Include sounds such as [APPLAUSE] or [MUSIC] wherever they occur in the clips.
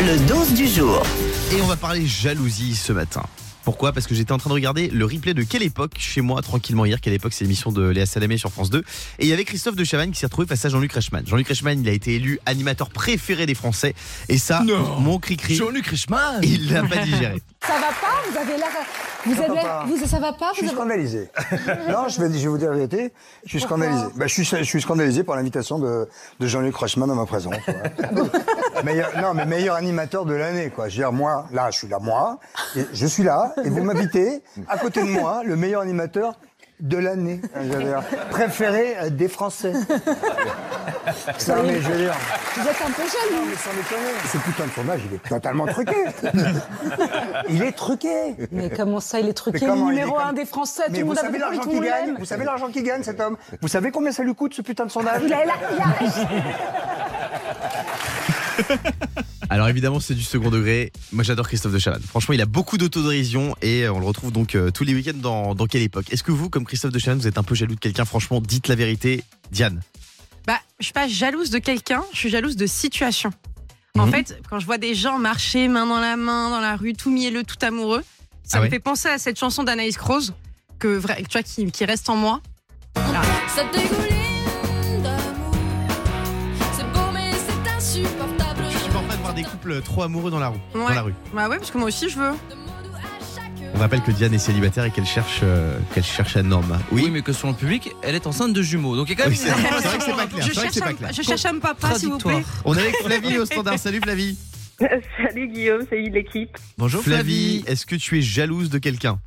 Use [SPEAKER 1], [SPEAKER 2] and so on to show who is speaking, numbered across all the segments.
[SPEAKER 1] Le dose du jour.
[SPEAKER 2] Et on va parler jalousie ce matin. Pourquoi Parce que j'étais en train de regarder le replay de Quelle époque chez moi tranquillement hier. Quelle époque, c'est l'émission de Léa Salamé sur France 2. Et il y avait Christophe de Chavannes qui s'est retrouvé face à Jean-Luc Reichmann. Jean-Luc Reichmann, il a été élu animateur préféré des Français. Et ça,
[SPEAKER 3] Non.
[SPEAKER 2] mon cri-cri,
[SPEAKER 3] Jean-Luc Reichmann
[SPEAKER 2] il l'a pas digéré.
[SPEAKER 4] Ça va pas Vous avez l'air. euh, Vous
[SPEAKER 5] va
[SPEAKER 4] avez.
[SPEAKER 5] pas.
[SPEAKER 4] Vous, ça va pas
[SPEAKER 5] [LAUGHS] Je suis
[SPEAKER 4] vous avez-
[SPEAKER 5] scandalisé. non, je vais, je vais vous dire la vérité. Je suis scandalisé. Bah, je, suis, je suis scandalisé par l'invitation de, de Jean-Luc Reichmann à ma présence. [LAUGHS] voilà. meilleur, non, mais meilleur animateur de l'année, quoi. Je veux dire, moi, là, je suis là, moi. et je suis là, et vous m'invitez, à côté de moi, le meilleur animateur de l'année. Je veux dire, Préféré euh, des [LAUGHS] Français. Ça, mais je veux dire,
[SPEAKER 4] Vous êtes un peu jaloux.
[SPEAKER 5] ce putain de tournage, il est totalement [LAUGHS] truqué. il est truqué.
[SPEAKER 4] Mais comment ça, il est truqué
[SPEAKER 5] Mais
[SPEAKER 4] le
[SPEAKER 5] comment il est
[SPEAKER 4] numéro
[SPEAKER 5] comme-
[SPEAKER 4] un des Français Tout
[SPEAKER 5] Mais
[SPEAKER 4] le
[SPEAKER 5] vous
[SPEAKER 4] monde a
[SPEAKER 5] savez
[SPEAKER 4] compris,
[SPEAKER 5] l'argent
[SPEAKER 4] tout le
[SPEAKER 5] qu'il
[SPEAKER 4] monde
[SPEAKER 5] gagne
[SPEAKER 4] l'aime.
[SPEAKER 5] Vous savez l'argent qu'il gagne, cet homme Vous savez combien ça lui coûte, ce putain de sondage
[SPEAKER 4] Il a, il a- il a-
[SPEAKER 2] [LAUGHS] Alors évidemment, c'est du second degré. Moi, j'adore Christophe de Chavannes. Franchement, il a beaucoup d'autodérision et euh, on le retrouve donc euh, tous les week-ends dans, dans Quelle époque Est-ce que vous, comme Christophe de Chavannes, vous êtes un peu jaloux de quelqu'un Franchement, dites la vérité. Diane.
[SPEAKER 6] Bah, je suis pas jalouse de quelqu'un, je suis jalouse de situation. En
[SPEAKER 2] Mhm.
[SPEAKER 6] fait, quand je vois des gens marcher main dans la main dans la rue, tout mielleux, tout amoureux, ça
[SPEAKER 2] Ah
[SPEAKER 6] me
[SPEAKER 2] ouais
[SPEAKER 6] fait penser à cette chanson d'Anaïs Croze que vrai, tu vois, qui, qui reste en moi.
[SPEAKER 7] Ça dégouline d'amour. C'est beau, mais c'est insupportable.
[SPEAKER 2] Je suis pas de voir des couples trop amoureux dans la rue.
[SPEAKER 6] Ouais.
[SPEAKER 2] Dans la rue.
[SPEAKER 6] Bah ouais, parce que moi aussi je veux.
[SPEAKER 2] On rappelle que Diane est célibataire et qu'elle cherche, euh, qu'elle cherche un homme.
[SPEAKER 3] oui. mais que selon le public, elle est enceinte de jumeaux. Donc il y a quand même
[SPEAKER 2] Oui, c'est
[SPEAKER 3] une
[SPEAKER 2] vrai.
[SPEAKER 3] information
[SPEAKER 2] que c'est
[SPEAKER 3] [LAUGHS]
[SPEAKER 2] pas clair,
[SPEAKER 6] Je
[SPEAKER 2] c'est vrai que
[SPEAKER 6] cherche,
[SPEAKER 2] c'est pas
[SPEAKER 6] un-
[SPEAKER 2] clair.
[SPEAKER 6] je cherche un papa, s'il vous plaît.
[SPEAKER 3] contradictoire.
[SPEAKER 2] On est avec Flavie au standard. Salut Flavie.
[SPEAKER 8] Salut Guillaume, salut l'équipe.
[SPEAKER 3] Bonjour
[SPEAKER 2] Flavie, est-ce que tu es jalouse de quelqu'un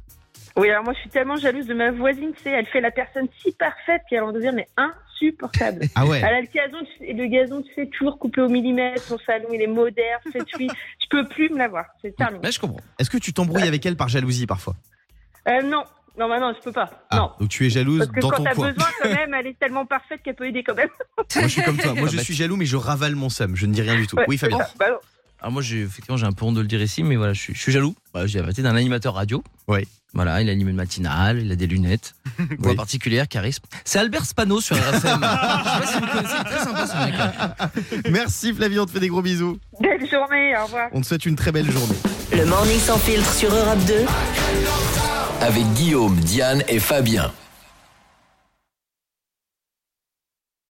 [SPEAKER 8] Oui, alors moi je suis tellement jalouse de ma voisine, tu sais, elle fait la personne si parfaite qu'elle en devient mais
[SPEAKER 2] [LAUGHS]
[SPEAKER 8] insupportable.
[SPEAKER 2] Ah ouais.
[SPEAKER 8] Elle a le gazon, tu sais- le gazon, tu sais, toujours coupé au millimètre, son salon il est moderne,
[SPEAKER 2] [LAUGHS]
[SPEAKER 8] c'est cuit. Je peux plus me la voir, c'est terminé.
[SPEAKER 3] Mais je comprends.
[SPEAKER 2] Est-ce que tu t'embrouilles avec elle par jalousie parfois
[SPEAKER 8] Euh, non, non, bah non, je peux pas.
[SPEAKER 2] Ah,
[SPEAKER 8] Non.
[SPEAKER 2] Donc tu es jalouse
[SPEAKER 8] Parce que
[SPEAKER 2] dans
[SPEAKER 8] quand
[SPEAKER 2] ton
[SPEAKER 8] t'as
[SPEAKER 2] poids.
[SPEAKER 8] besoin quand même, elle est tellement parfaite qu'elle peut aider
[SPEAKER 2] [LAUGHS]
[SPEAKER 8] quand même.
[SPEAKER 2] Moi je suis comme toi. Moi
[SPEAKER 8] [LAUGHS]
[SPEAKER 2] je
[SPEAKER 3] Ah bah,
[SPEAKER 2] suis jaloux mais je ravale mon seum. Je ne dis rien du tout.
[SPEAKER 8] Ouais,
[SPEAKER 2] Oui
[SPEAKER 8] c'est
[SPEAKER 2] Fabien.
[SPEAKER 8] bon, bah non.
[SPEAKER 3] Alors moi, j'ai, effectivement, j'ai un peu honte de le dire ici, mais voilà, je suis, je suis jaloux. Voilà, j'ai invité d'un animateur radio.
[SPEAKER 2] Ouais.
[SPEAKER 3] Voilà, il anime une matinale, il a des
[SPEAKER 2] [LAUGHS]
[SPEAKER 3] lunettes, voix
[SPEAKER 2] Oui.
[SPEAKER 3] particulière, charisme. C'est Albert Spano
[SPEAKER 2] [LAUGHS]
[SPEAKER 3] sur RFM. je sais pas si vous connaissez, il est très sympa ce mec.
[SPEAKER 2] Merci Flavie, on te fait des gros bisous.
[SPEAKER 8] Belle journée, au revoir.
[SPEAKER 2] On te souhaite une très belle journée.
[SPEAKER 1] Le morning sans filtre sur Europe 2.
[SPEAKER 9] Avec Guillaume, Diane et Fabien.